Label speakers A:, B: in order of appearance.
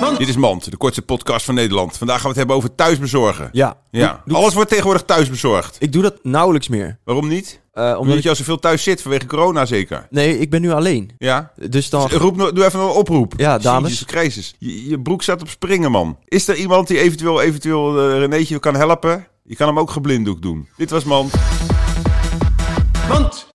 A: Want-
B: Dit is Mand, de kortste podcast van Nederland. Vandaag gaan we het hebben over thuisbezorgen.
A: Ja.
B: Ja.
A: Doe- doe-
B: Alles wordt tegenwoordig thuisbezorgd.
A: Ik doe dat nauwelijks meer.
B: Waarom niet?
A: Eh,
B: Omdat
A: omdat
B: je
A: ik,
B: al zoveel thuis zit, vanwege corona zeker.
A: nee, ik ben nu alleen.
B: Ja?
A: Dus dan...
B: Roep, no- doe even een oproep.
A: Ja, dames.
B: Jezus Christus. Je, je broek staat op springen, man. Is er iemand die eventueel, eventueel eh, Renéetje kan helpen? Je kan hem ook geblinddoek doen. Dit was Mand.
A: Want...